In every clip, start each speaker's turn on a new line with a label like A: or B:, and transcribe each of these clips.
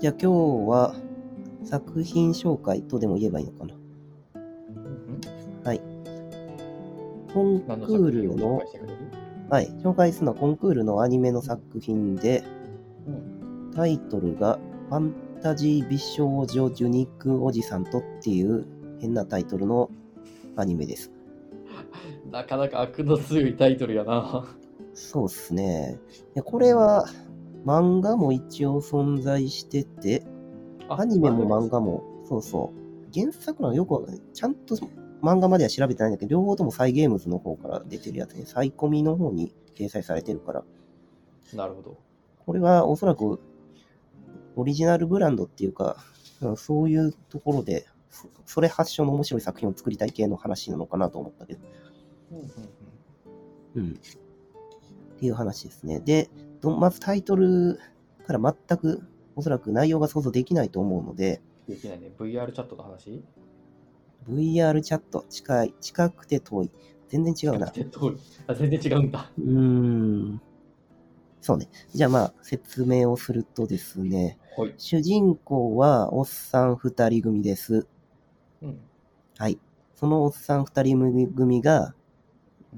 A: じゃあ今日は作品紹介とでも言えばいいのかなコンクールの
B: してくれる
A: はい、紹介するのはコンクールのアニメの作品で、
B: う
A: タイトルが「ファンタジー美少女受肉おじさんと」っていう変なタイトルのアニメです。
B: なかなか悪の強いタイトルやな。
A: そうっすね。いやこれは漫画も一応存在してて、
B: あ
A: アニメも漫
B: 漫画
A: 画も、そうそう。原作なのよくわかんない。ちゃんと漫画までは調べてないんだけど、両方ともサイゲームズの方から出てるやつね、サイコミの方に掲載されてるから、
B: なるほど。
A: これはおそらくオリジナルブランドっていうか、うんそういうところで、そそれ発祥の面白い作品を作りたい系の話なのかなと思ったけど、うん。っていう話ですね。で、どまずタイトルから全くおそらく内容が想像できないと思うので、
B: できないね。VR チャットの話
A: VR チャット、近い、近くて遠い。全然違うな。
B: えっとあ全然違うんだ。
A: うーん。そうね。じゃあまあ、説明をするとですね、
B: はい。
A: 主人公はおっさん二人組です。
B: うん。
A: はい。そのおっさん二人組が、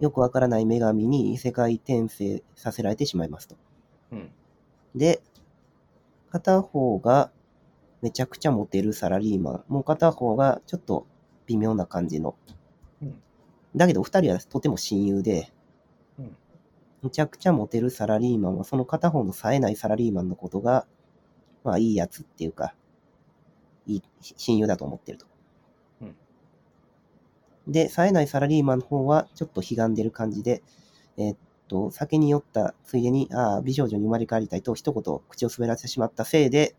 A: よくわからない女神に異世界転生させられてしまいますと。
B: うん。
A: で、片方がめちゃくちゃモテるサラリーマン、もう片方がちょっと微妙な感じの
B: うん。
A: だけど二人はとても親友で
B: うん、
A: めちゃくちゃモテるサラリーマンはその片方の冴えないサラリーマンのことが、まあいいやつっていうか、いい親友だと思ってると
B: うん。
A: で、冴えないサラリーマンの方はちょっと悲願でる感じで、えーっと、酒に酔ったついでに、ああ、美少女に生まれ変わりたいと一言口を滑らせてしまったせいで、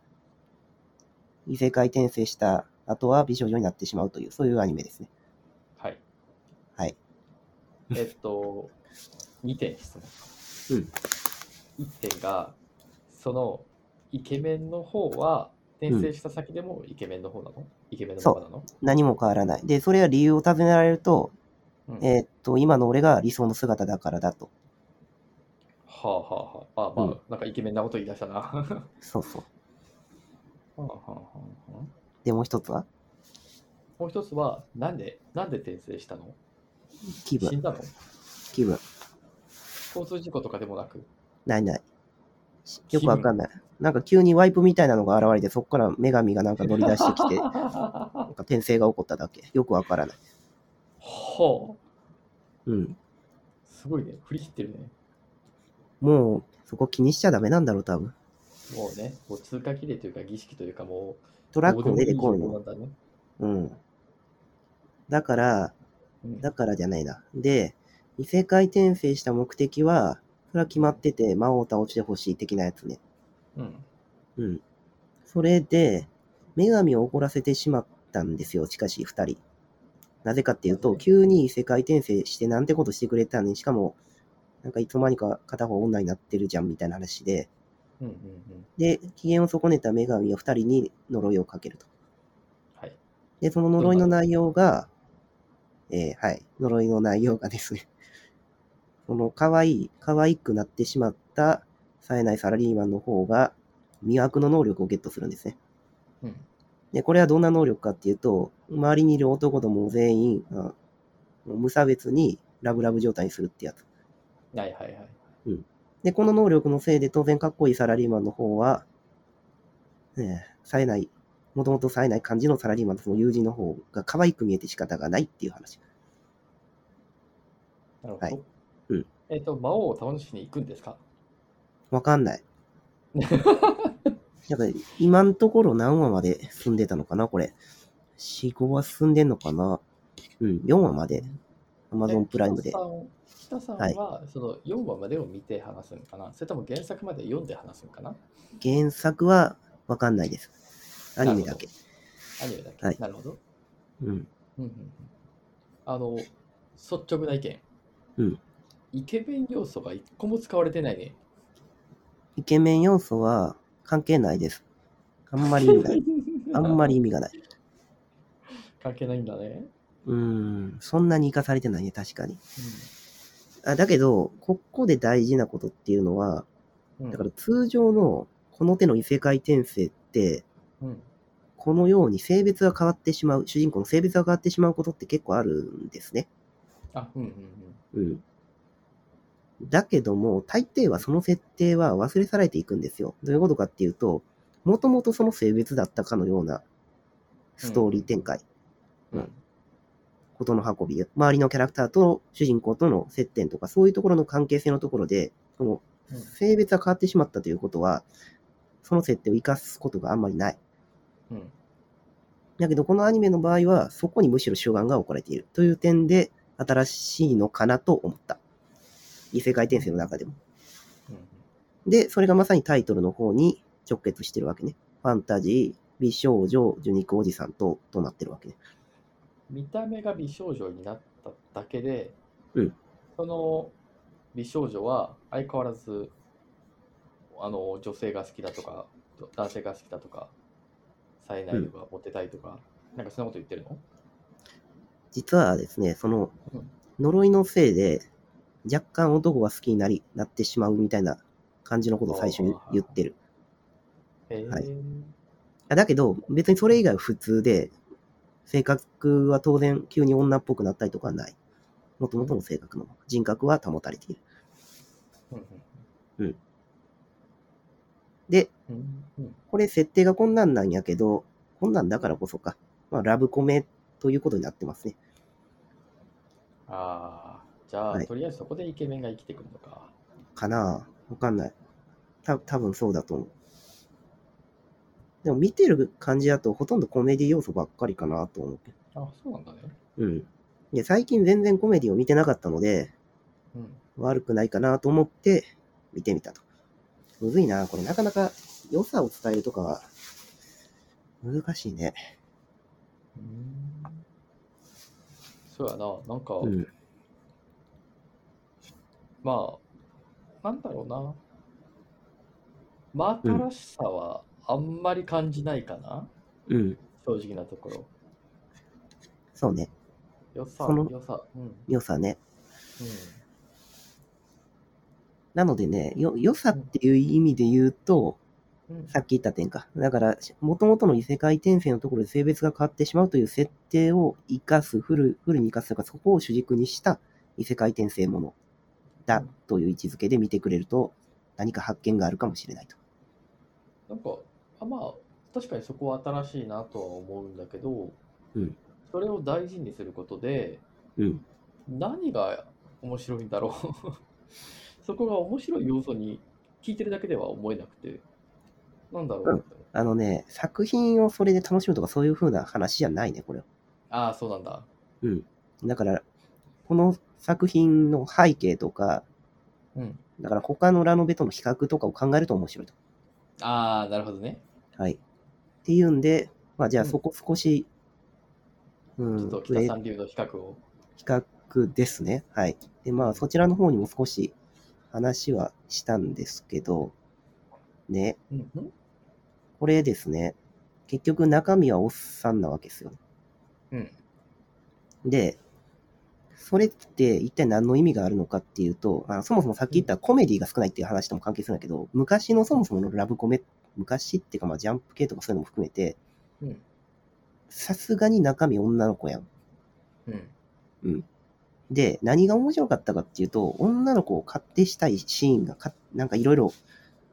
A: 異世界転生した後は美少女になってしまうという、そういうアニメですね。
B: はい。
A: はい。
B: えっと、2点質問。うん。1点が、その、イケメンの方は、転生した先でもイケメンの方なの、イケメンのままなの
A: 何も変わらない。で、それは理由を尋ねられると、
B: うん
A: えーっと、今の俺が理想の姿だからだと。
B: はあはあはあ。あまあ、
A: うん
B: なんかイケメンなこと言い出したな。は
A: そうそう。
B: あはあはあはあ
A: で、もう一つは
B: もう一つは、なんで、なんで転生したの
A: 気
B: 死
A: 分。
B: んだの
A: 気分。
B: 交通事故とかでもな く。
A: ないない。しよくわかんない。なんか急にワイプみたいなのが現れて、そこから女神がなんか乗り出してきて、なんか
B: は
A: 転生が起こっただけ。よくわからない。
B: あ、
A: うん。
B: すごいね。振り切ってるね。
A: もう、そこ気にしちゃダメなんだろう、多分。
B: もうね、もう通過儀礼というか儀式というかもう、
A: トラックも出てこい
B: どう
A: の。
B: でもいい情報なんだね。
A: うん。だから、
B: うん
A: だからじゃないな。で、異世界転生した目的は、それは決まってて、魔王を倒してほしい的なやつね。
B: うん。
A: うん。それで、女神を怒らせてしまったんですよ、しかし、二人。なぜかっていうと、急に異世界転生してなんてことしてくれたのに、しかも、なんかいつの間にか片方女になってるじゃんみたいな話で、
B: うんうんうん。
A: で、機嫌を損ねた女神は二人に呪いをかけると。
B: はい。
A: で、その呪いの内容が、えーはい、呪いの内容がですね、 その可愛い、可愛くなってしまった冴えないサラリーマンの方が、魅惑の能力をゲットするんですね。
B: うん。
A: で、これはどんな能力かっていうと、周りにいる男どもを全員、あもう無差別にラブラブ状態にするってやつ。
B: はいはいはい。
A: で、この能力のせいで当然かっこいいサラリーマンの方は、えー冴えない、もともと冴えない感じのサラリーマンとその友人の方が可愛く見えて仕方がないっていう話。
B: なるほど。
A: はいうん
B: えっ、と、魔王を倒しに行くんですか
A: わかん ない。なんか今のところ何話まで進んでたのかなこれ。4、5話進んでんのかなうん、4話まで。Amazon プライムで
B: 北。さん北さん
A: はい
B: は、その4話までを見て話すのかな、それとも原作まで読んで話すのかな
A: 原作はわかんないです。アニメだけ。
B: アニメだけ。
A: はい
B: なるほど。
A: うん。
B: うんうんうんあの、率直な意見。
A: うん
B: イケメン要素が一個も使われてないね。
A: イケメン要素は関係ないです。あんまり意味が ない。あんまり意味がない。
B: 関係ないんだね。
A: うん。そんなに活かされてないね、確かに。あだけど、ここで大事なことっていうのは、
B: うん
A: だから通常のこの手の異世界転生って、
B: うん
A: このように性別が変わってしまう、主人公の性別が変わってしまうことって結構あるんですね。
B: あ、うんうんうん。
A: うん。だけども、大抵はその設定は忘れ去られていくんですよ。どういうことかっていうと、もともとその性別だったかのようなストーリー展開、
B: うん
A: ことの運び、周りのキャラクターと主人公との接点とか、そういうところの関係性のところで、その
B: うん
A: 性別が変わってしまったということは、その設定を生かすことがあんまりない。
B: うん
A: だけど、このアニメの場合は、そこにむしろ主眼が置かれているという点で、新しいのかなと思った。異世界転生の中でも。
B: うん
A: で、それがまさにタイトルの方に直結してるわけね。ファンタジー、美少女、受肉おじさんと、となってるわけね。
B: 見た目が美少女になっただけで、
A: うん
B: その美少女は相変わらずあの女性が好きだとか男性が好きだとか冴えないとか、モテたいとかなんかそんなこと言ってるの
A: 実はですね、その
B: うん、
A: 呪いのせいで、若干男が好きになり、なってしまうみたいな感じのことを最初に言ってる。
B: へえ、
A: はいあだけど、別にそれ以外は普通で、性格は当然、急に女っぽくなったりとかはない。もともとの性格の人格は保たれている。
B: うん
A: で、
B: うんうん
A: これ設定がこんなんなんやけど、こんなんだからこそか。まあ、ラブコメということになってますね。
B: ああじゃあ、
A: はい
B: とりあえずそこでイケメンが生きてくるのか
A: かなぁわかんない。た多分そうだと思う。でも見てる感じだとほとんどコメディ要素ばっかりかなと思うけ
B: あそうなんだね
A: ど。うん。で、最近全然コメディを見てなかったので、
B: うん
A: 悪くないかなと思って見てみたと。むずいなぁこれなかなか良さを伝えるとかは難しいね。
B: うんそうやななんか、
A: うん。
B: まあ、なんだろうな。真新しさはあんまり感じないかな、
A: うん。
B: 正直なところ。
A: そうね。
B: 良さ、
A: その
B: 良さ。うん。うん。
A: 良さね。なのでね、よ、良さっていう意味で言うと、
B: うん
A: さっき言った点か。だから、もともとの異世界転生のところで性別が変わってしまうという設定を生かす、フル、フルに生かすというか、そこを主軸にした異世界転生ものだという位置づけで見てくれると、何か発見があるかもしれないと。
B: なんかあ、まあ、確かにそこは新しいなとは思うんだけど、
A: うん
B: それを大事にすることで、
A: うん。
B: 何が面白いんだろう そこが面白い要素に聞いてるだけでは思えなくて、なんだろう、
A: うんあのね、作品をそれで楽しむとかそういう風な話じゃないね、これは。
B: ああ、そうなんだ。
A: うん。だから、この作品の背景とか、
B: うん。
A: だから他のラノベとの比較とかを考えると面白いと。
B: ああ、なるほどね。
A: はい。っていうんで、まあじゃあ
B: うん
A: そこ少し、うん、
B: ちょっと
A: プレ
B: 北
A: イ
B: 三流の比較を。
A: 比較ですね。はい。で、まあそちらの方にも少し話はしたんですけど、ね、
B: うんうん
A: これですね、結局中身はおっさんなわけですよ。
B: うん。
A: で、それって一体何の意味があるのかっていうと、あそもそもさっき言ったコメディが少ないっていう話とも関係するんだけど、昔のそもそものラブコメ、昔っていうかまあジャンプ系とかそういうのも含めて
B: うん、
A: さすがに中身女の子やん。
B: うん。
A: で、何が面白かったかっていうと、女の子を勝手したいシーンがか、なんかいろいろ、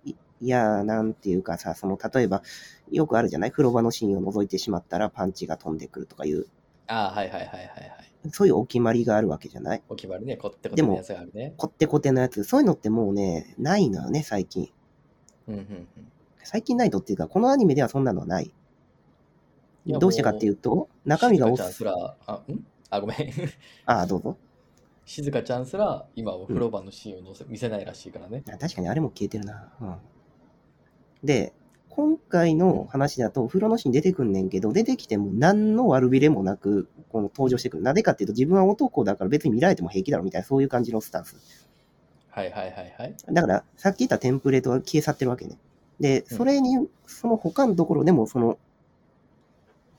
A: いいやー、なんていうかさ、その、例えば、よくあるじゃない風呂場のシーンを覗いてしまったらパンチが飛んでくるとかいう、
B: ああ、はいはいはいはいはい。
A: そういうお決まりがあるわけじゃない
B: お決まりね、こってこ
A: で
B: て
A: も
B: のやつがあるね。
A: こってこてのやつ。そういうのってもうね、ないのよね、最近。
B: うんうんうん。
A: 最近ないとっていうか、このアニメではそんなのはない。
B: いや
A: どうしてかっていうと、中身がおっ
B: 静香ちゃんすら、あ、んあ、ごめん。
A: ああ、どうぞ。
B: 静香ちゃんすら、今お風呂場のシーンを載せ見せないらしいからね。
A: あ確かにあれも消えてるな。うん、で、今回の話だと、風呂のシーン出てくんねんけど、出てきても何の悪びれもなく、この登場してくる。なぜかっていうと、自分は男だから別に見られても平気だろみたいな、そういう感じのスタンス。
B: はいはいはいはい。
A: だから、さっき言ったテンプレートは消え去ってるわけね。で、
B: うん
A: それに、その他のところでも、その、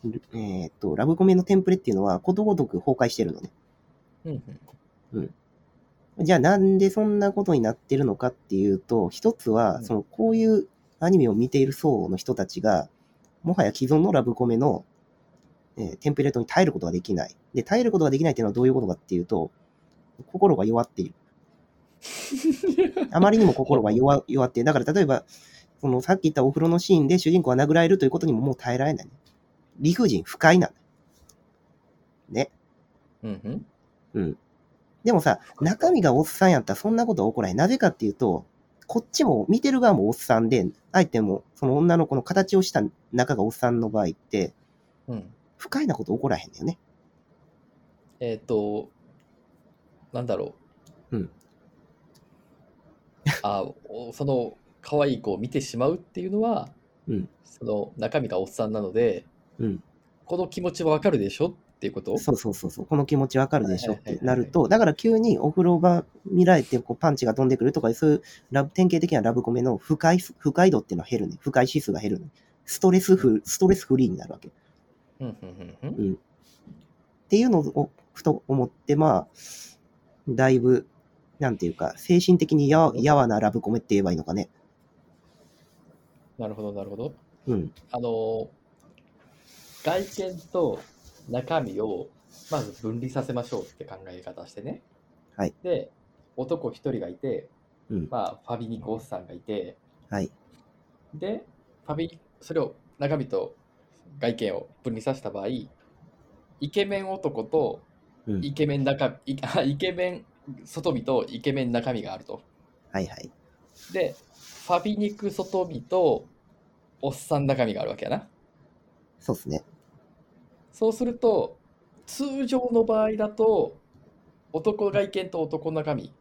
A: ルえーっと、ラブコメのテンプレっていうのは、ことごとく崩壊してるのね。
B: うんうん。
A: じゃあなんでそんなことになってるのかっていうと、一つ
B: う
A: は、
B: ん
A: その、こういうアニメを見ている層の人たちが、もはや既存のラブコメの、えーテンプレートに耐えることができない。で、耐えることができないっていうのはどういうことかっていうと、心が弱って いる。あまりにも心が弱弱って、だから例えば、そのさっき言ったお風呂のシーンで主人公は殴られるということにももう耐えられない。理不尽、不快なんだ。ね。
B: うんうん。
A: でもさ、中身がおっさんやったらそんなことは起こらへん。なぜかっていうと、こっちも見てる側もおっさんで、相手もその女の子の形をした中がおっさんの場合って、
B: うん。
A: 不快なこと起こらへんだよね。
B: えっ、と、なんだろう。
A: うん。
B: あおその可愛い子を見てしまうっていうのは、
A: うん
B: その中身がおっさんなので、
A: うん
B: この気持ちはわかるでしょっていうこと
A: そうそうそうそう。この気持ちわかるでしょっ
B: はい
A: て
B: はいはい
A: な
B: はい
A: ると、だから急にお風呂場見られてこうパンチが飛んでくるとか、そういうラブ典型的なラブコメの不快す不快度っていうのは減るね。不快指数が減るね。ストレスフル、ストレスフリーになるわけ。
B: うんうんうんうん
A: っていうのをふと思って、まあ、だいぶ、なんていうか、精神的にやわやわなラブコメって言えばいいのかね。
B: なるほど、なるほど。
A: うん。
B: あの、外見と中身をまず分離させましょうって考え方してね。
A: はい
B: で、男一人がいて、
A: うん
B: まあ、ファビニコおっさんがいて、
A: はい。
B: で、ファミそれを中身と外見を分離させた場合、イケメン男と
A: うん。
B: イケメン中 イイケメン外見とイケメン中身があると。
A: はいはい。
B: で、ファビ肉外見とおっさん中身があるわけやな。
A: そうですね。
B: そうすると、通常の場合だと、男外見と男中身、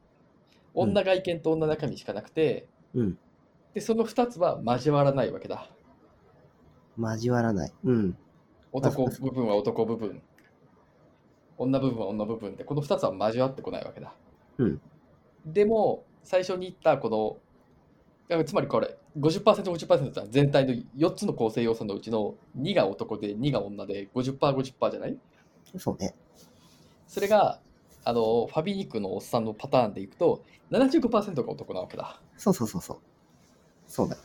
A: うん
B: 女外見と女中身しかなくて、
A: うん。
B: で、その2つは交わらないわけだ。
A: 交わらない。うん。
B: 男部分は男部分、女部分は女部分って、この2つは交わってこないわけだ。
A: うん
B: でも、最初に言ったこの、あつまりこれ、50%、50%は全体の4つの構成要素のうちの2が男で2が女で50%、50%じゃない
A: そうね。
B: それが、あの、ファビニックのおっさんのパターンでいくと、75%が男なわけだ。
A: そうそうそうそう。そうだ。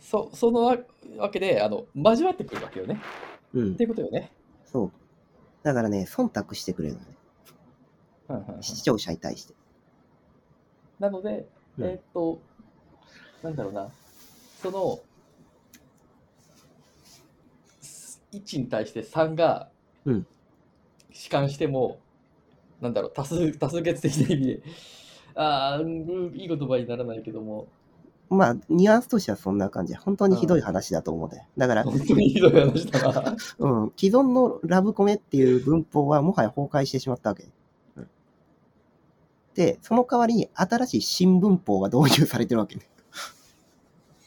B: そそのわわけで、あの、交わってくるわけよね。
A: う
B: っ
A: ん
B: て。いうことよね。
A: そう。だからね、忖度してくれるのね。
B: うんうんうん
A: 視聴者に対して。
B: なので、
A: うん
B: えーっと、なんだろうな、その、す1に対して3が、
A: うん
B: 弛緩しても、なんだろう、多数、多数決的な意味で、ああ、うんうんいい言葉にならないけども、
A: まあ、ニュアンスとしてはそんな感じ。本当にひどい話だと思うね。だから、
B: 本当にひどい話だな。
A: うん。既存のラブコメっていう文法はもはや崩壊してしまったわけ。で、その代わりに新しい新文法が導入されてるわけね。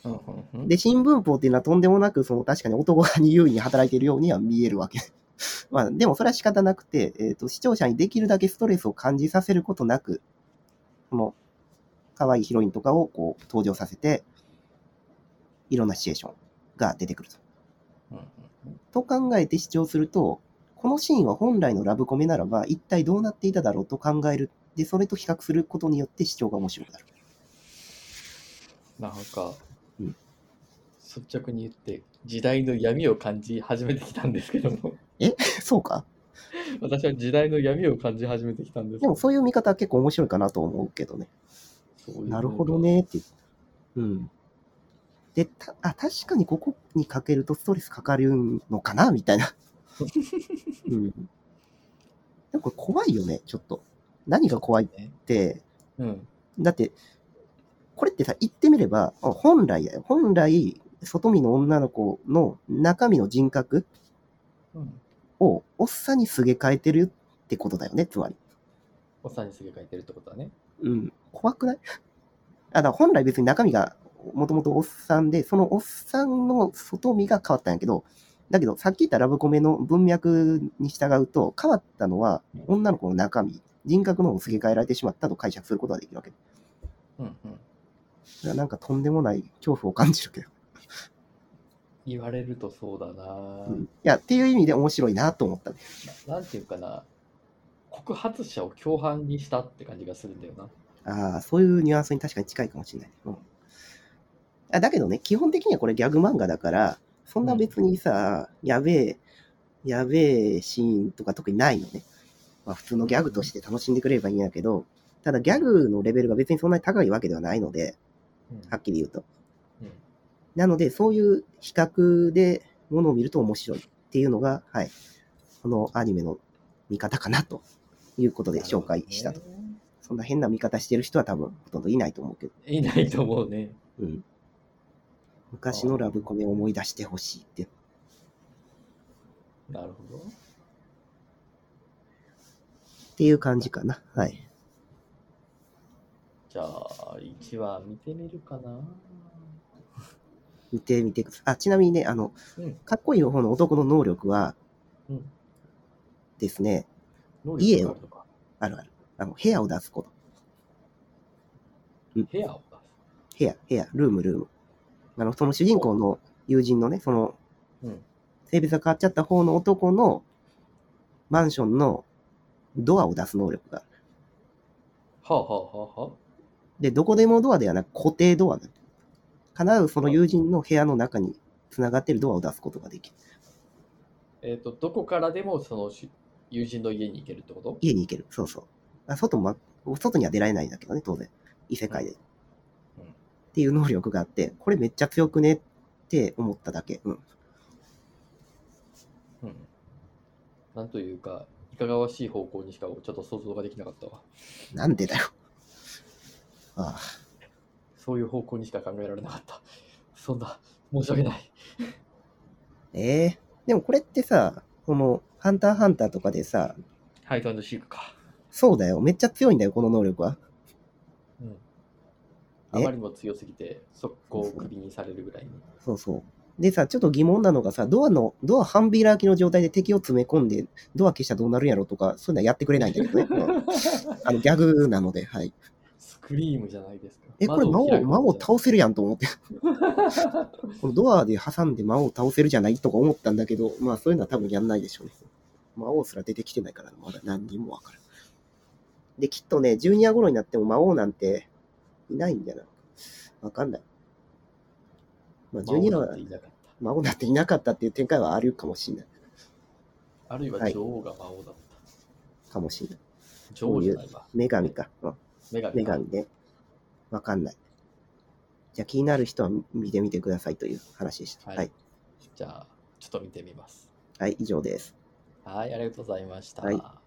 B: うんうんうん
A: で、新文法っていうのはとんでもなく、その確かに男側に優位に働いているようには見えるわけ。 まあ、でもそれは仕方なくて、えっ、と、視聴者にできるだけストレスを感じさせることなく、この、可愛いヒロインとかをこう、登場させて、いろんなシチュエーションが出てくると。
B: うんうん
A: と考えて視聴すると、このシーンは本来のラブコメならば、一体どうなっていただろうと考える。で、それと比較することによって視聴が面白くなる。
B: なんか、
A: うん
B: 率直に言って、時代の闇を感じ始めてきたんですけども、
A: そうか
B: 私は時代の闇を感じ始めてきたんです
A: でもそういう見方は結構面白いかなと思うけどね。
B: そういう
A: なるほどねって。うん。で、たあ、確かにここにかけるとストレスかかるのかなみたい な。うん。でもこれ怖いよね、ちょっと。何が怖いって、
B: のが。うん。
A: だって、これってさ、言ってみれば、あ本来だよ。本来、外見の女の子の中身の人格
B: うん。
A: をおっさんにすげ替えてるってことだよね、つまり。
B: おっさんにすげ書いてるってことはね。
A: うん。怖くないあ、だから本来別に中身がもともとおっさんで、そのおっさんの外見が変わったんやけど、だけど、さっき言ったラブコメの文脈に従うと、変わったのは、女の子の中身、人格の方をすげ替えられてしまったと解釈することができるわけ。
B: うんうん。
A: いやなんかとんでもない恐怖を感じるけど。
B: 言われるとそうだな、
A: うんいや、っていう意味で面白いなと思ったね。
B: なんていうかな。告発者を共犯にしたって感じがするんだよな。
A: ああ、そういうニュアンスに確かに近いかもしれない。うん、あだけどね、基本的にはこれギャグ漫画だから、そんな別にさ、やべえ、やべえシーンとか特にないのね。まあ、普通のギャグとして楽しんでくれればいいんやけど、ただギャグのレベルが別にそんなに高いわけではないので、
B: うん
A: はっきり言うと。
B: うん
A: なので、そういう比較でものを見ると面白いっていうのが、はい、このアニメの見方かなということで紹介したと。
B: なるほどね
A: そんな変な見方してる人は多分ほとんどいないと思うけど、
B: いないと思うね。
A: うん、昔のラブコメを思い出してほしいって。
B: なるほど。
A: っていう感じかな。はい。
B: じゃあ、1話見てみるかな。
A: 見てみてください。あ、ちなみにね、あの、
B: うん。
A: かっこいい方の男の能力は
B: うん。
A: ですね、
B: 能
A: 家
B: 力
A: を
B: があるのか。
A: あるある。あの、部屋を出すこと。
B: 部屋を出す。
A: 部屋、部屋、ルーム、ルーム。あの、その主人公の友人のね、その、
B: うん
A: 性別が変わっちゃった方の男のマンションのドアを出す能力がある。
B: はあはあはあはあ。
A: で、どこでもドアではなく固定ドアだ。必ずその友人の部屋の中に繋がってるドアを出すことができる。
B: えっ、と、どこからでもそのし友人の家に行けるってこと
A: 家に行ける。そうそう。あ外も、外には出られないんだけどね、当然。異世界で。
B: うん
A: っていう能力があって、これめっちゃ強くねって思っただけ。うん。
B: うん。なんというか、いかがわしい方向にしかちょっと想像ができなかったわ。
A: なんでだよ。ああ。
B: そういう方向にしか考えられなかった。 そんな、申し訳ない。
A: ええでもこれってさ、この、ハンターハンターとかでさ、
B: ハイトシークか。
A: そうだよ、めっちゃ強いんだよ、この能力は。
B: うん。あまりにも強すぎて、速攻をクビにされるぐらいに。
A: そうそう。でさ、ちょっと疑問なのがさ、ドアの、ドア半開きの状態で敵を詰め込んで、ドア消したらどうなるんやろとか、そういうのはやってくれないんだけどね。 うんあの、ギャグなので、はい。
B: スクリームじゃないですか。
A: え、これ魔
B: 窓開
A: 王、
B: く
A: 魔王倒せるやんと思 って。このドアで挟んで魔王倒せるじゃないとか思ったんだけど、まあそういうのは多分やんないでしょうね。魔王すら出てきてないから、まだ何人もわからん。で、きっとね、12夜頃になっても魔王なんていないんだな。わかんない。まあ
B: 魔王
A: 12夜
B: なん
A: は
B: ていなかっ
A: 魔王なんていなかったっていう展開はあるかもしれない。
B: た。あるいは
A: はい
B: 女王が魔王だった。
A: かもしれない。
B: 女王じゃないわ。
A: 女神か。うん
B: 女神
A: 女
B: か。
A: 神ね。わかんない。じゃあ気になる人は見てみてくださいという話でした。
B: はい
A: はい
B: じゃあ、ちょっと見てみます。
A: はい、以上です。
B: はい、ありがとうございました。
A: はい